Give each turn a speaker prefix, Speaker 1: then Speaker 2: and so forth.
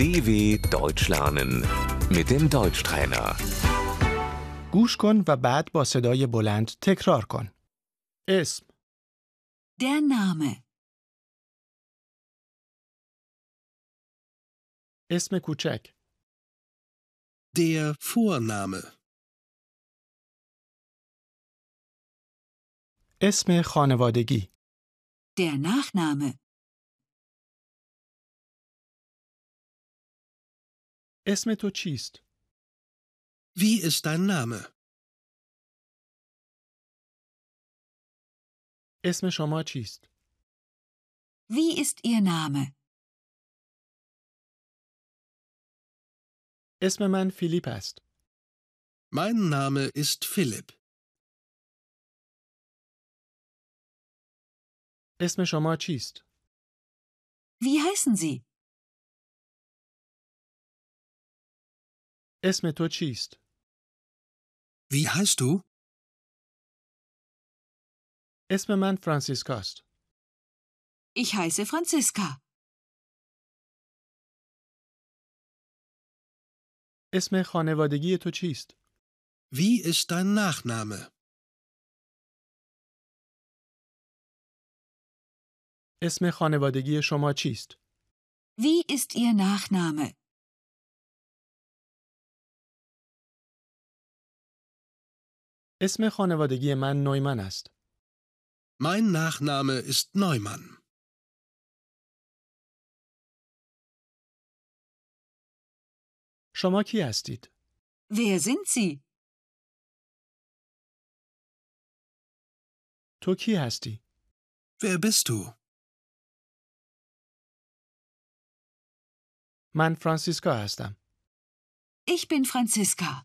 Speaker 1: DW Deutsch lernen mit dem Deutschtrainer.
Speaker 2: گوش کن و بعد با صدای بلند تکرار کن. اسم
Speaker 3: Der Name.
Speaker 2: اسم کوچک
Speaker 4: Der Vorname.
Speaker 2: اسم خانوادگی
Speaker 3: Der Nachname.
Speaker 2: اسم تو چیست؟
Speaker 4: Wie ist dein Name?
Speaker 2: اسم شما چیست؟
Speaker 3: Wie ist Ihr Name?
Speaker 2: اسم من فیلیپ است.
Speaker 4: Mein Name ist Philipp.
Speaker 2: اسم شما چیست؟
Speaker 3: Wie heißen Sie?
Speaker 2: اسم تو چیست؟
Speaker 4: Wie heißt du?
Speaker 2: اسم من فرانسیسکاست.
Speaker 3: Ich heiße Franziska.
Speaker 2: اسم خانوادگی تو چیست؟
Speaker 4: Wie ist dein Nachname?
Speaker 2: اسم خانوادگی شما چیست؟
Speaker 3: Wie ist Ihr Nachname?
Speaker 2: اسم خانوادگی من نویمن است.
Speaker 4: Mein Nachname ist Neumann.
Speaker 2: شما کی هستید؟
Speaker 3: Wer sind Sie?
Speaker 2: تو کی هستی؟
Speaker 4: Wer bist du?
Speaker 2: من فرانسیسکا هستم.
Speaker 3: Ich bin Franziska.